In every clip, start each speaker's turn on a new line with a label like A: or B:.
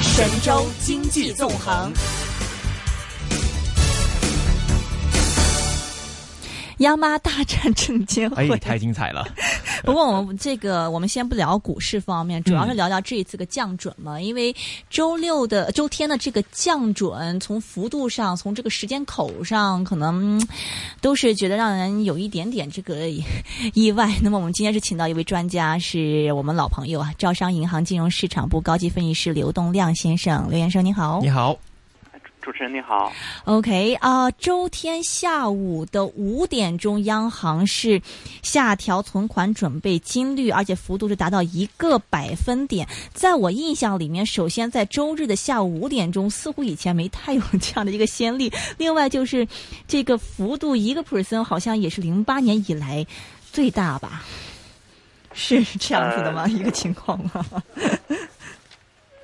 A: 神州经济纵横。
B: 央妈大战 证监
C: 哎
B: 会，，
C: 太精彩了！
B: 不过我们这个，我们先不聊股市方面，主要是聊聊这一次个降准嘛。因为周六的、周天的这个降准，从幅度上，从这个时间口上，可能嗯都是觉得让人有一点点这个意外。那么我们今天是请到一位专家，是我们老朋友啊，招商银行金融市场部高级分析师刘东亮先生。刘先生，你好。
C: 你好，
D: 主持人你好，
B: OK 啊、周天下午的五点钟，央行是下调存款准备金率，而且幅度是达到一个百分点。在我印象里面，首先在周日的下午五点钟，似乎以前没太有这样的一个先例。另外就是这个幅度一个 percent，好像也是零八年以来最大吧？是这样子的吗？
D: 呃
B: 一个情况吗？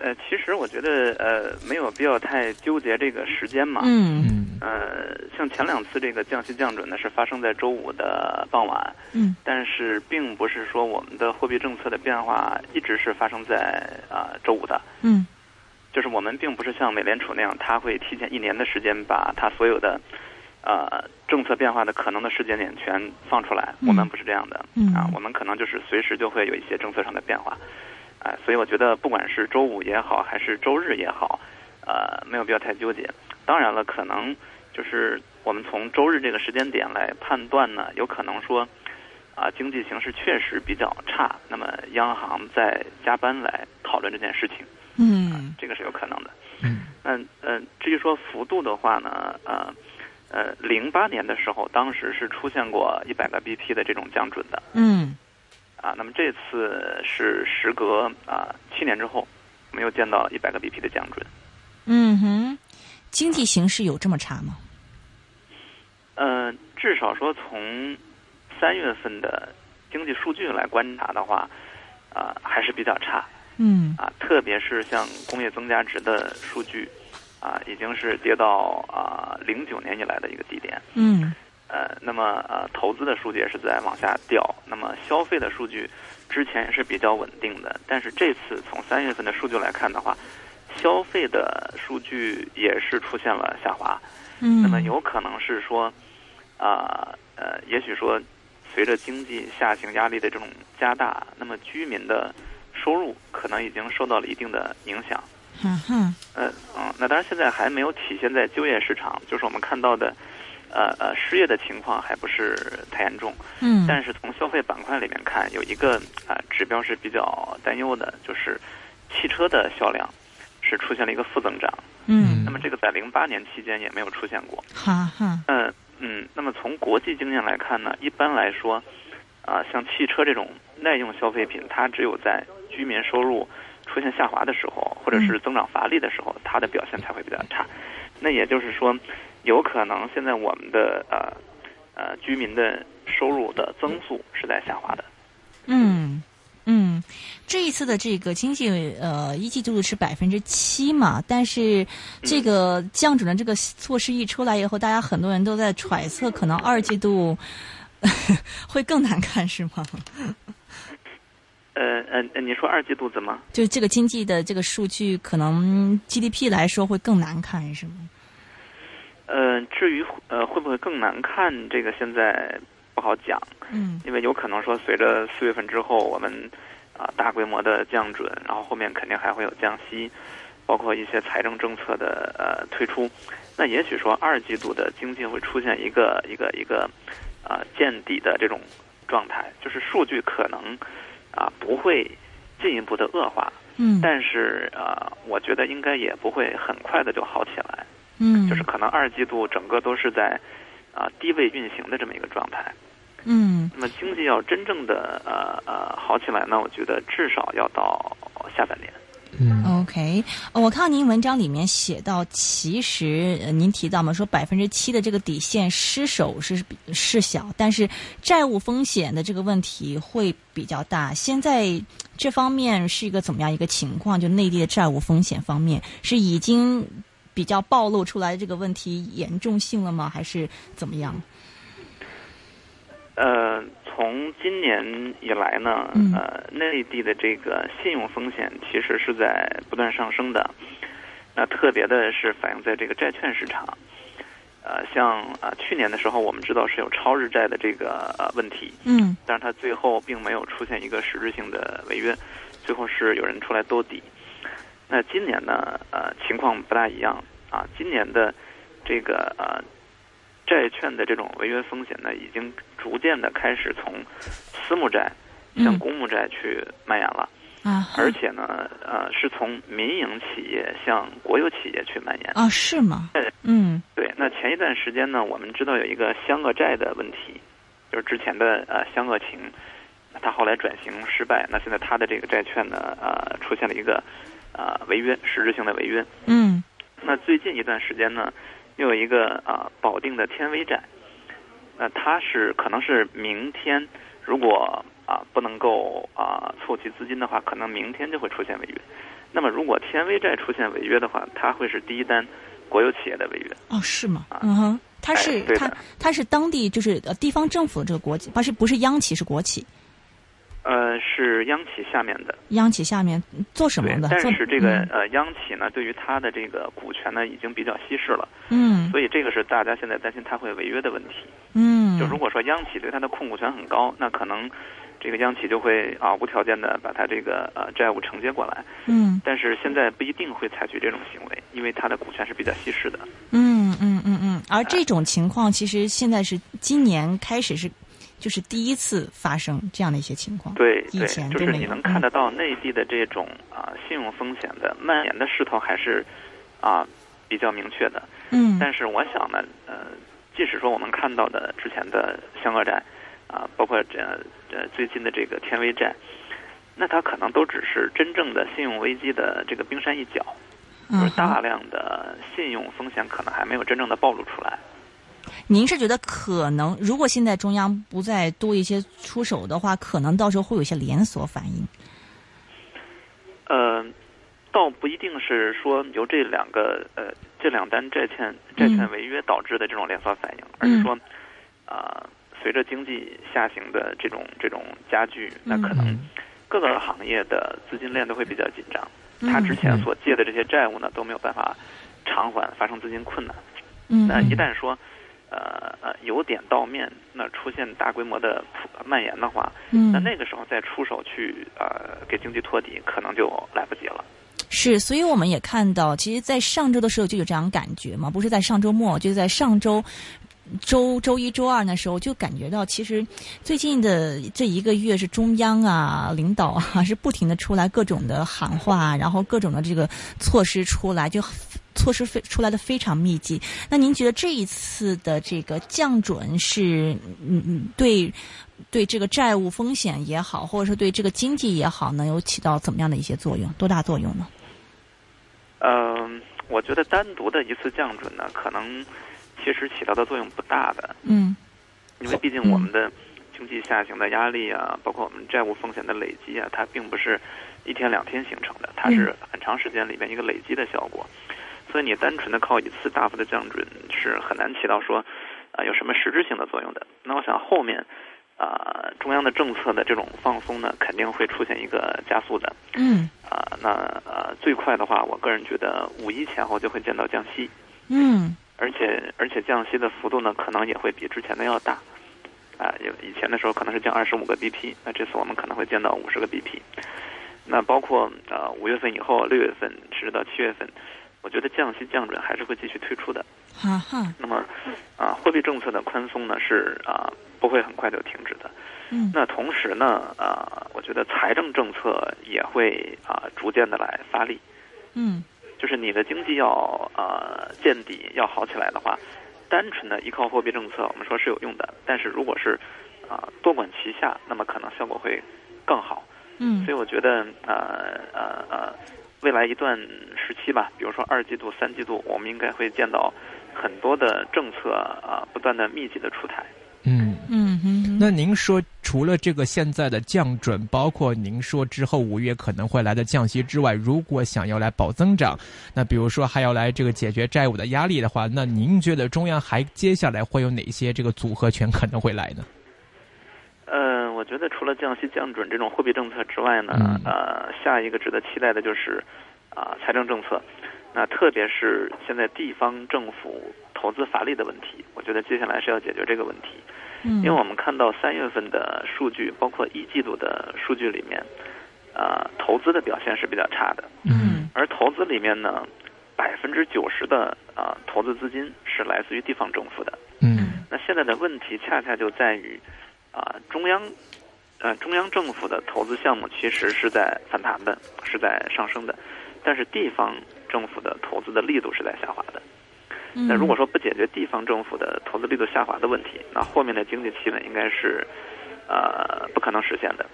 D: 呃，其实我觉得呃没有必要太纠结这个时间嘛。
B: 嗯
C: 嗯
D: 呃，像前两次这个降息降准呢，是发生在周五的傍晚，
B: 嗯
D: 但是并不是说我们的货币政策的变化一直是发生在啊、周五的，
B: 嗯
D: 就是我们并不是像美联储那样，它会提前一年的时间把它所有的呃政策变化的可能的时间点全放出来，
B: 嗯
D: 我们不是这样的、
B: 嗯
D: 啊，我们可能就是随时就会有一些政策上的变化，啊、所以我觉得不管是周五也好，还是周日也好，呃，没有必要太纠结。当然了，可能就是我们从周日这个时间点来判断呢，有可能说。啊，经济形势确实比较差，那么央行在加班来讨论这件事情，
B: 嗯
D: 这个是有可能的。
C: 嗯
D: 那呃，至于说幅度的话呢，呃呃，零八年的时候，当时是出现过一百个 BP 的这种降准的
B: 嗯
D: 啊。那么这次是时隔啊七年之后，我们又见到一百个 BP 的降准。
B: 嗯哼，经济形势有这么差吗？
D: 呃，至少说从三月份的经济数据来观察的话，啊、还是比较差
B: 嗯
D: 啊。特别是像工业增加值的数据啊，已经是跌到啊零九年以来的一个低点。
B: 嗯
D: 呃，那么呃，投资的数据也是在往下掉，那么消费的数据之前也是比较稳定的，但是这次从三月份的数据来看的话，消费的数据也是出现了下滑，
B: 嗯，
D: 那么有可能是说，啊呃也许说随着经济下行压力的这种加大，那么居民的收入可能已经受到了一定的影响。
B: 嗯哼，
D: 呃嗯，那当然现在还没有体现在就业市场，就是我们看到的，呃呃，失业的情况还不是太严重。
B: 嗯，
D: 但是从消费板块里面看，有一个啊、指标是比较担忧的，就是汽车的销量是出现了一个负增长。
B: 嗯，
D: 那么这个在零八年期间也没有出现过。
B: 哈哈，
D: 嗯嗯，那么从国际经验来看呢，一般来说，啊、像汽车这种耐用消费品，它只有在居民收入出现下滑的时候，或者是增长乏力的时候，它的表现才会比较差。那也就是说，有可能现在我们的呃呃居民的收入的增速是在下滑的。
B: 嗯嗯，这一次的这个经济呃一季度是百分之七嘛，但是这个降准的这个措施一出来以后，大家很多人都在揣测，可能二季度 会更难看是吗？
D: 呃呃，呃你说二季度怎么？
B: 就是这个经济的这个数据，可能 GDP 来说会更难看是吗？
D: 呃，至于呃会不会更难看，这个现在不好讲。
B: 嗯
D: 因为有可能说，随着四月份之后，我们啊、大规模的降准，然后后面肯定还会有降息，包括一些财政政策的呃推出，那也许说二季度的经济会出现一个一个一个啊、见底的这种状态，就是数据可能啊、不会进一步的恶化，
B: 嗯，
D: 但是啊、我觉得应该也不会很快的就好起来，
B: 嗯
D: 就是可能二季度整个都是在啊、低位运行的这么一个状态。
B: 嗯。
D: 那么经济要真正的呃呃好起来呢，我觉得至少要到下半年。
C: 嗯
B: OK，呃我看到您文章里面写到，其实呃您提到嘛，说百分之七的这个底线失守是比是小，但是债务风险的这个问题会比较大。现在这方面是一个怎么样一个情况？就内地的债务风险方面，是已经比较暴露出来这个问题严重性了吗？还是怎么样？
D: 呃，从今年以来呢
B: 嗯，
D: 呃，内地的这个信用风险其实是在不断上升的。那特别的是反映在这个债券市场，呃，像啊、去年的时候，我们知道是有超日债的这个、呃、问题，
B: 嗯
D: 但是它最后并没有出现一个实质性的违约，最后是有人出来兜底。那今年呢，呃，情况不大一样啊，今年的这个呃债券的这种违约风险呢，已经逐渐的开始从私募债向
B: 嗯
D: 公募债去蔓延了，
B: 啊哈
D: 而且呢，呃，是从民营企业向国有企业去蔓延。
B: 啊是吗
D: 对？
B: 嗯
D: 对，那前一段时间呢，我们知道有一个湘鄂债的问题，就是之前的呃湘鄂情，它后来转型失败，那现在它的这个债券呢，呃，出现了一个呃违约，实质性的违约。
B: 嗯
D: 那最近一段时间呢，又有一个啊、呃保定的天威债，那它是可能是明天如果啊、不能够啊、凑齐资金的话，可能明天就会出现违约。那么如果天威债出现违约的话，它会是第一单国有企业的违约。
B: 哦是吗？嗯哼，它是
D: 啊哎对的
B: 它它是当地就是呃地方政府的这个国企，它是不是央企是国企？
D: 呃，是央企下面的，
B: 央企下面做什么
D: 对
B: 的？，
D: 但
B: 做
D: 是这个
B: 嗯
D: 呃，央企呢，对于它的这个股权呢，已经比较稀释了，
B: 嗯
D: 所以这个是大家现在担心它会违约的问题。
B: 嗯，
D: 就如果说央企对它的控股权很高，那可能这个央企就会啊无条件的把它这个呃债务承接过来，
B: 嗯
D: 但是现在不一定会采取这种行为，因为它的股权是比较稀释的。
B: 嗯嗯嗯嗯，而这种情况其实现在是今年开始是，就是第一次发生这样的一些情况。
D: 对
B: 以
D: 对
B: 前，
D: 就
B: 都
D: 是
B: 没
D: 你
B: 有
D: 能
B: 嗯
D: 看得到内地的这种啊信用风险的蔓延的势头还是啊比较明确的。
B: 嗯
D: 但是我想呢，呃，即使说我们看到的之前的湘鄂债，啊、包括这呃最近的这个天威债，那它可能都只是真正的信用危机的这个冰山一角，就是
B: 嗯，
D: 大量的信用风险可能还没有真正的暴露出来。
B: 您是觉得可能如果现在中央不再多一些出手的话，可能到时候会有一些连锁反应。
D: 呃，倒不一定是说由这两个呃这两单债券
B: 嗯
D: 债券违约导致的这种连锁反应，而是说，啊、随着经济下行的这种这种加剧，那可能
B: 嗯
D: 各个行业的资金链都会比较紧张，
B: 嗯
D: 他之前所借的这些债务呢都没有办法偿还，发生资金困难。
B: 嗯，
D: 那一
B: 嗯
D: 旦说，呃呃由点到面，那出现大规模的普蔓延的话，
B: 嗯
D: 那那个时候再出手去呃给经济托底，可能就来不及了。
B: 是，所以我们也看到，其实，在上周的时候就有这样感觉嘛，不是在上周末，就是在上周。周周一周二那时候就感觉到，其实最近的这一个月是中央啊、领导啊是不停的出来各种的喊话，然后各种的这个措施出来，就措施非出来的非常密集。那您觉得这一次的这个降准是嗯嗯对对这个债务风险也好，或者说对这个经济也好，能有起到怎么样的一些作用？多大作用呢？
D: 嗯，我觉得单独的一次降准呢，可能其实起到的作用不大的，
B: 嗯
D: 因为毕竟我们的经济下行的压力啊，包括我们债务风险的累积啊，它并不是一天两天形成的，它是很长时间里边一个累积的效果。所以你单纯的靠一次大幅的降准是很难起到说啊、有什么实质性的作用的。那我想后面啊、中央的政策的这种放松呢，肯定会出现一个加速的。
B: 嗯
D: 啊、那呃最快的话，我个人觉得五一前后就会见到降息，
B: 嗯
D: 而且而且降息的幅度呢，可能也会比之前的要大，啊、有以前的时候可能是降二十五个 BP，那这次我们可能会见到五十个 BP，那包括呃五月份以后，六月份甚至到七月份，我觉得降息降准还是会继续推出的。
B: 哈哈
D: 那么啊、货币政策的宽松呢是啊、不会很快就停止的，
B: 嗯
D: 那同时呢，啊，我觉得财政政策也会啊逐渐的来发力，
B: 嗯
D: 就是你的经济要啊见底要好起来的话，单纯的依靠货币政策，我们说是有用的，但是如果是啊多管齐下，那么可能效果会更好。
B: 嗯
D: 所以我觉得呃呃呃，未来一段时期吧，比如说二季度、三季度，我们应该会见到很多的政策啊不断的密集的出台。
C: 嗯，
B: 嗯嗯
C: 那您说除了这个现在的降准，包括您说之后五月可能会来的降息之外，如果想要来保增长，那比如说还要来这个解决债务的压力的话，那您觉得中央还接下来会有哪些这个组合拳可能会来呢？
D: 呃，我觉得除了降息、降准这种货币政策之外呢，
C: 嗯
D: 呃，下一个值得期待的就是啊、财政政策。那特别是现在地方政府投资乏力的问题，我觉得接下来是要解决这个问题。
B: 嗯，
D: 因为我们看到三月份的数据，包括一季度的数据里面，呃，投资的表现是比较差的。
B: 嗯
D: 而投资里面呢，百分之九十的啊、投资资金是来自于地方政府的。
C: 嗯
D: 那现在的问题恰恰就在于，啊、中央，呃，中央政府的投资项目其实是在反弹的，是在上升的，但是地方政府的投资的力度是在下滑的。
B: 嗯，
D: 那如果说不解决地方政府的投资力度下滑的问题，那后面的经济企稳应该是，呃，不可能实现的。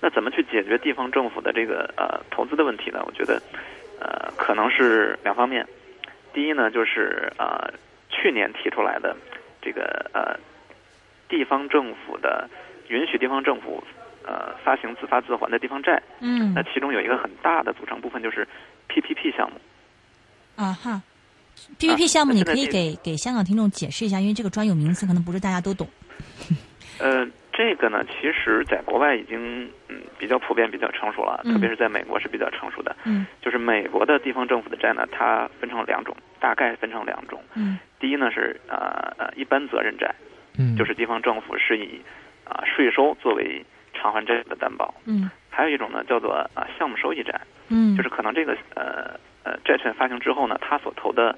D: 那怎么去解决地方政府的这个呃投资的问题呢？我觉得，呃，可能是两方面。第一呢，就是呃去年提出来的这个呃地方政府的允许地方政府呃发行自发自还的地方债，
B: 嗯
D: 那其中有一个很大的组成部分就是 PPP 项目。
B: 啊哈，PPP 项目你可以
D: 啊那现在这
B: 给给香港听众解释一下，因为这个专有名词可能不是大家都懂。
D: 呃，这个呢，其实在国外已经嗯比较普遍、比较成熟了，
B: 嗯
D: 特别是在美国是比较成熟的。
B: 嗯
D: 就是美国的地方政府的债呢，它分成两种，大概分成两种。
B: 嗯
D: 第一呢是呃呃一般责任债，
C: 嗯，
D: 就是地方政府是以啊、税收作为偿还债务的担保；
B: 嗯
D: 还有一种呢叫做啊、项目收益债，
B: 嗯，
D: 就是可能这个呃呃债券发行之后呢，它所投的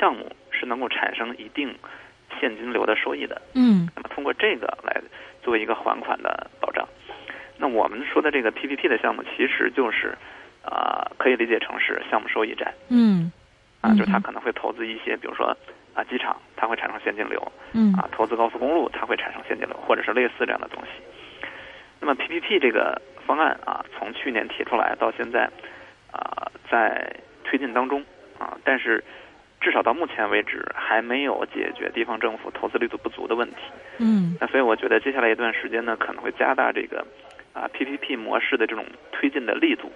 D: 项目是能够产生一定现金流的收益的。
B: 嗯
D: 那么通过这个来作为一个还款的保障。那我们说的这个 PPP 的项目，其实就是啊、可以理解成是项目收益债
B: 嗯
D: 啊，就是它
B: 嗯
D: 可能会投资一些，比如说啊机场，它会产生现金流
B: 嗯
D: 啊，投资高速公路，它会产生现金流，或者是类似这样的东西。那么 PPP 这个方案啊，从去年提出来到现在啊、在推进当中啊，但是至少到目前为止，还没有解决地方政府投资力度不足的问题。
B: 嗯
D: 那所以我觉得接下来一段时间呢，可能会加大这个啊 PPP 模式的这种推进的力度，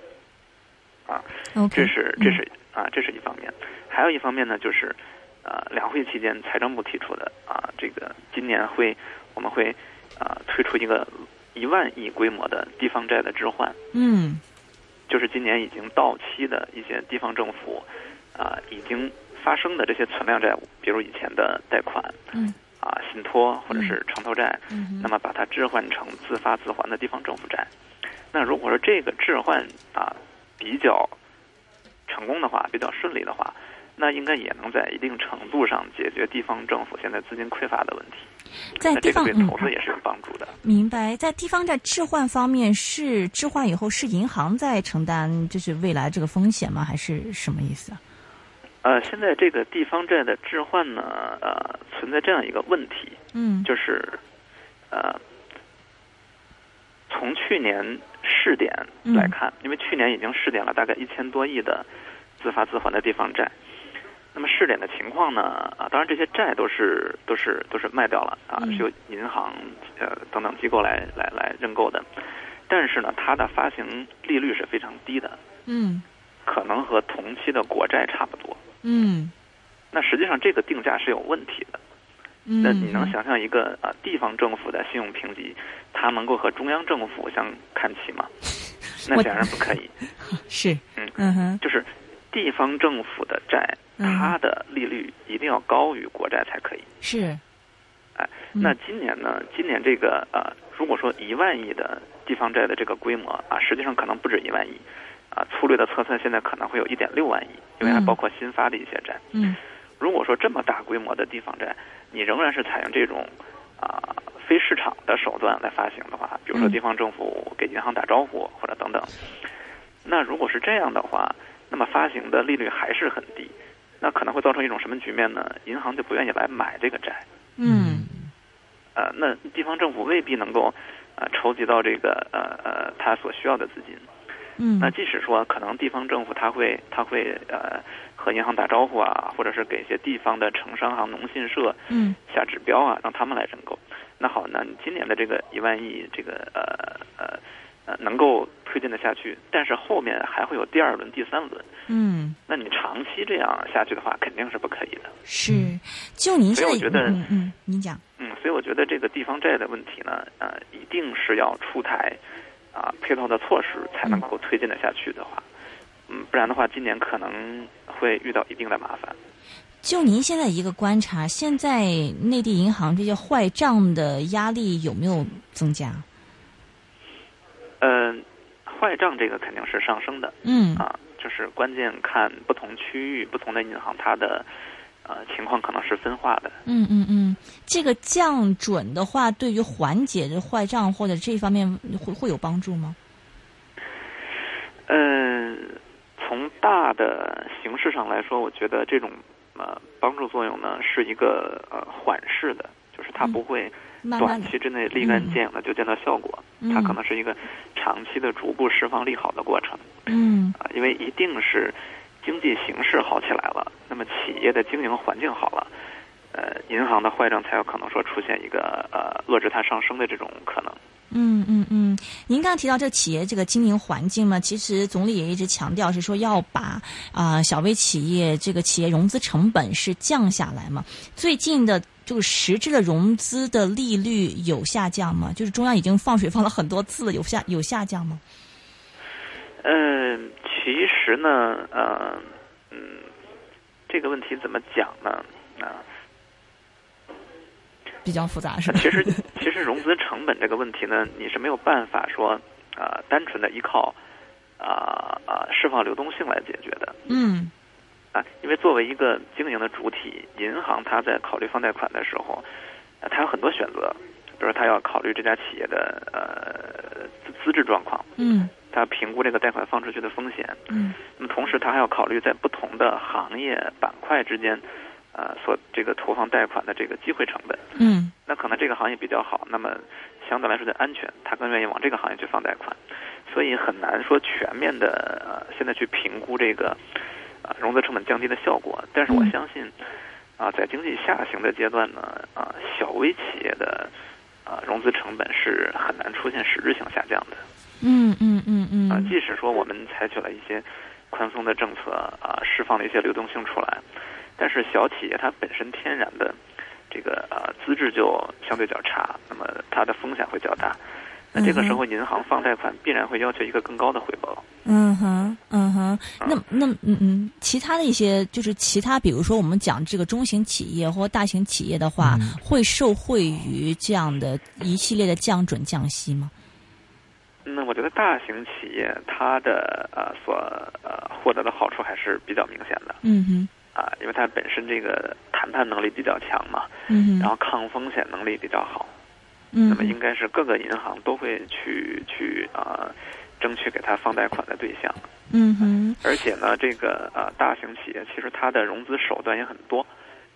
B: ，OK，嗯
D: 这是这是啊这是一方面，还有一方面呢就是，呃两会期间财政部提出的啊这个今年会我们会啊推出一个一万亿规模的地方债的置换，
B: 嗯
D: 就是今年已经到期的一些地方政府啊已经发生的这些存量债务，比如以前的贷款
B: 嗯
D: 啊信托或者是城投债，
B: 嗯
D: 那么把它置换成自发自还的地方政府债。那如果说这个置换啊比较成功的话，比较顺利的话，那应该也能在一定程度上解决地方政府现在资金匮乏的问题。
B: 在
D: 那
B: 地
D: 这
B: 方
D: 个对
B: 嗯
D: 投资也是有帮助的。
B: 明白，在地方债置换方面是置换以后是银行在承担就是未来这个风险吗？还是什么意思啊？
D: 呃，现在这个地方债的置换呢，呃，存在这样一个问题，
B: 嗯
D: 就是呃，从去年试点来看，因为去年已经试点了大概一千多亿的自发自还的地方债。那么试点的情况呢？啊，当然这些债都是都是都是卖掉了啊，
B: 嗯
D: 是由银行呃等等机构来来来认购的。但是呢，它的发行利率是非常低的，
B: 嗯
D: 可能和同期的国债差不多。
B: 嗯
D: 那实际上这个定价是有问题的。
B: 嗯，
D: 那你能想象一个啊、呃地方政府的信用评级，它能够和中央政府相看齐 吗？那
B: 我
D: 显然不可以。
B: 是
D: 嗯
B: 嗯哼
D: 就是地方政府的债，
B: 嗯
D: 它的利率一定要高于国债才可以。
B: 是
D: 哎，
B: 嗯
D: 那今年呢？今年这个呃，如果说一万亿的地方债的这个规模啊，实际上可能不止一万亿，啊，粗略的测算，现在可能会有一点六万亿，因为还
B: 嗯
D: 包括新发的一些债。
B: 嗯
D: 如果说这么大规模的地方债，你仍然是采用这种啊、非市场的手段来发行的话，比如说
B: 嗯
D: 地方政府给银行打招呼或者等等，那如果是这样的话，那么发行的利率还是很低，那可能会造成一种什么局面呢？银行就不愿意来买这个债，
B: 嗯
D: 呃，那地方政府未必能够呃筹集到这个呃呃他所需要的资金。
B: 嗯
D: 那即使说可能地方政府他会他会呃和银行打招呼啊，或者是给一些地方的城商行、农信社
B: 嗯
D: 下指标啊，让他们来认购。那好，那你今年的这个一万亿，这个呃呃呃能够推进的下去，但是后面还会有第二轮、第三轮。
B: 嗯。
D: 那你长期这样下去的话，肯定是不可以的。
B: 是，就您现
D: 嗯所以
B: 在，
D: 我觉得
B: 嗯嗯，您讲，
D: 嗯，所以我觉得这个地方债的问题呢，呃，一定是要出台啊、配套的措施才能够推进的下去的话，嗯，不然的话，今年可能会遇到一定的麻烦。
B: 就您现在一个观察，现在内地银行这些坏账的压力有没有增加？
D: 嗯、坏账这个肯定是上升的
B: 嗯
D: 啊，就是关键看不同区域、不同的银行它的呃情况可能是分化的。
B: 嗯嗯嗯，这个降准的话，对于缓解这坏账或者这方面会会有帮助吗？
D: 嗯，从大的形式上来说，我觉得这种呃帮助作用呢是一个呃缓释的，就是它
B: 嗯
D: 不会
B: 慢慢
D: 短
B: 的，
D: 期之内立竿见影的就见到效果，
B: 嗯
D: 它可能是一个长期的逐步释放利好的过程
B: 嗯
D: 啊，因为一定是经济形势好起来了，那么企业的经营环境好了。呃，银行的坏账才有可能说出现一个呃遏制它上升的这种可能。
B: 嗯嗯嗯。您刚刚提到这企业这个经营环境嘛，其实总理也一直强调是说要把啊、小微企业这个企业融资成本是降下来嘛。最近的这个实质的融资的利率有下降吗？就是中央已经放水放了很多次了，有下有下降吗？
D: 嗯，其实呢，呃，嗯，这个问题怎么讲呢？啊、
B: 比较复杂是
D: 那
B: 吧？
D: 其实其实融资成本这个问题呢，你是没有办法说啊、呃单纯的依靠啊啊、释放流动性来解决的
B: 嗯
D: 啊，因为作为一个经营的主体，银行它在考虑放贷款的时候，呃它有很多选择，比如它要考虑这家企业的呃资资质状况，
B: 嗯
D: 它评估这个贷款放出去的风险，
B: 嗯
D: 那么同时，它还要考虑在不同的行业板块之间，呃，所这个投放贷款的这个机会成本。
B: 嗯
D: 那可能这个行业比较好，那么相对来说就安全，他更愿意往这个行业去放贷款，所以很难说全面的、呃、现在去评估这个啊、呃融资成本降低的效果。但是我
B: 嗯
D: 相信，啊、在经济下行的阶段呢，啊、小微企业的啊、呃融资成本是很难出现实质性下降的。
B: 嗯嗯嗯嗯。
D: 啊，即使说我们采取了一些宽松的政策啊，释放了一些流动性出来，但是小企业它本身天然的这个呃资质就相对较差，那么它的风险会较大。那这个时候，银行放贷款必然会要求一个更高的回报。
B: 嗯哼，嗯哼，
D: 啊
B: 那那嗯嗯，其他的一些就是其他，比如说我们讲这个中型企业或大型企业的话，
C: 嗯
B: 会受惠于这样的一系列的降准降息吗？
D: 那我觉得大型企业它的呃所呃获得的好处还是比较明显的
B: 嗯哼，
D: 啊，因为它本身这个谈判能力比较强嘛，
B: 嗯哼，
D: 然后抗风险能力比较好。
B: 嗯
D: 啊那么应该是各个银行都会去去啊、呃争取给它放贷款的对象。
B: 嗯哼，
D: 而且呢，这个啊、呃大型企业其实它的融资手段也很多，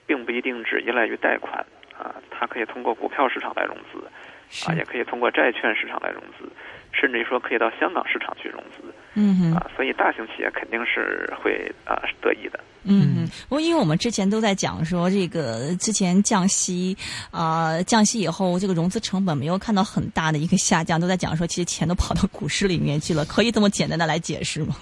D: 并不一定只依赖于贷款啊、它可以通过股票市场来融资
B: 是
D: 啊、，也可以通过债券市场来融资，甚至于说可以到香港市场去融资
B: 嗯哼，
D: 啊、所以大型企业肯定是会啊、是得益的。
B: 嗯
C: 嗯，
B: 不过因为我们之前都在讲说，这个之前降息，啊、降息以后，这个融资成本没有看到很大的一个下降，都在讲说，其实钱都跑到股市里面去了，可以这么简单的来解释吗？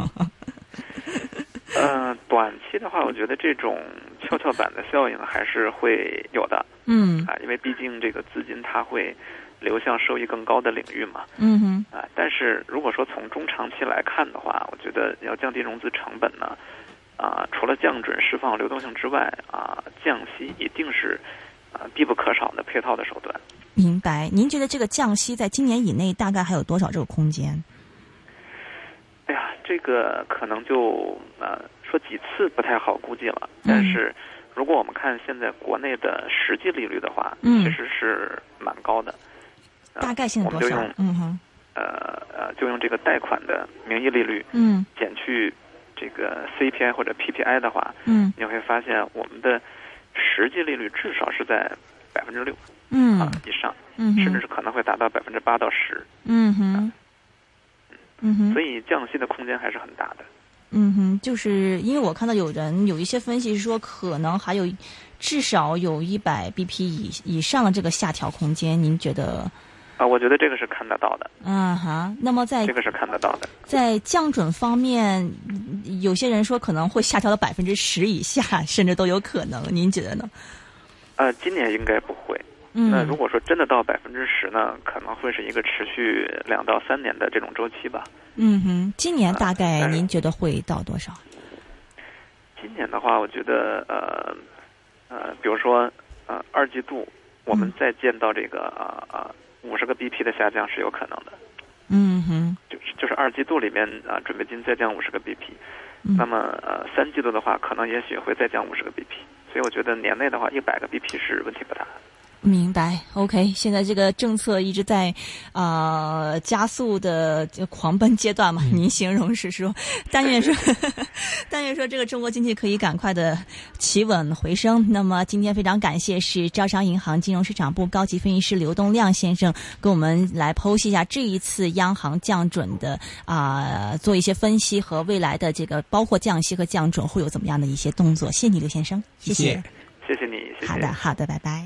D: 嗯，短期的话，我觉得这种跷跷板的效应还是会有的。
B: 嗯
D: 啊，因为毕竟这个资金它会流向收益更高的领域嘛，
B: 嗯哼，
D: 啊，但是如果说从中长期来看的话，我觉得要降低融资成本呢，啊，除了降准释放流动性之外，啊，降息一定是啊必不可少的配套的手段。
B: 明白。您觉得这个降息在今年以内大概还有多少这个空间？
D: 哎呀，这个可能就呃说几次不太好估计了，但
B: 嗯
D: 是如果我们看现在国内的实际利率的话，
B: 嗯
D: 其实是蛮高的。啊
B: 大概现在
D: 我们
B: 多
D: 就
B: 少
D: 用？
B: 嗯哼，
D: 呃呃，就用这个贷款的名义利率
B: 嗯
D: 减去这个 CPI 或者 PPI 的话，
B: 嗯
D: 你会发现我们的实际利率至少是在百分之六啊
B: 嗯
D: 以上，
B: 嗯
D: 甚至
B: 哼
D: 是可能会达到百分之八到十，
B: 嗯哼嗯哼
D: 所以降息的空间还是很大的。
B: 嗯哼，就是因为我看到有人有一些分析是说，可能还有至少有一百 BP 以以上的这个下调空间。您觉得？
D: 啊，我觉得这个是看得到的，
B: 嗯哈，那么在
D: 这个是看得到的。
B: 在降准方面，嗯有些人说可能会下调到百分之十以下，甚至都有可能。您觉得呢？
D: 呃，今年应该不会，那
B: 嗯
D: 如果说真的到百分之十呢，可能会是一个持续两到三年的这种周期吧。
B: 嗯哼，今年大概
D: 但是
B: 您觉得会到多少？
D: 今年的话，我觉得呃呃，比如说呃二季度，我们
B: 嗯
D: 再见到这个呃呃五十个 BP 的下降是有可能的，
B: 嗯哼，
D: 就是就是二季度里面啊、呃准备金再降五十个 BP，
B: 嗯
D: 那么呃三季度的话，可能也许会再降五十个 BP，所以我觉得年内的话，一百个 BP 是问题不大。
B: 明白，OK。现在这个政策一直在，呃，加速的这狂奔阶段嘛。您形容是说，但愿说， 但愿说这个中国经济可以赶快的企稳回升。那么今天非常感谢是招商银行金融市场部高级分析师刘东亮先生跟我们来剖析一下这一次央行降准的啊、做一些分析和未来的这个包括降息和嗯降准会有怎么样的一些动作。谢谢你，刘先生，谢
C: 谢谢
D: 谢谢你，谢谢。
B: 好的，好的，拜拜。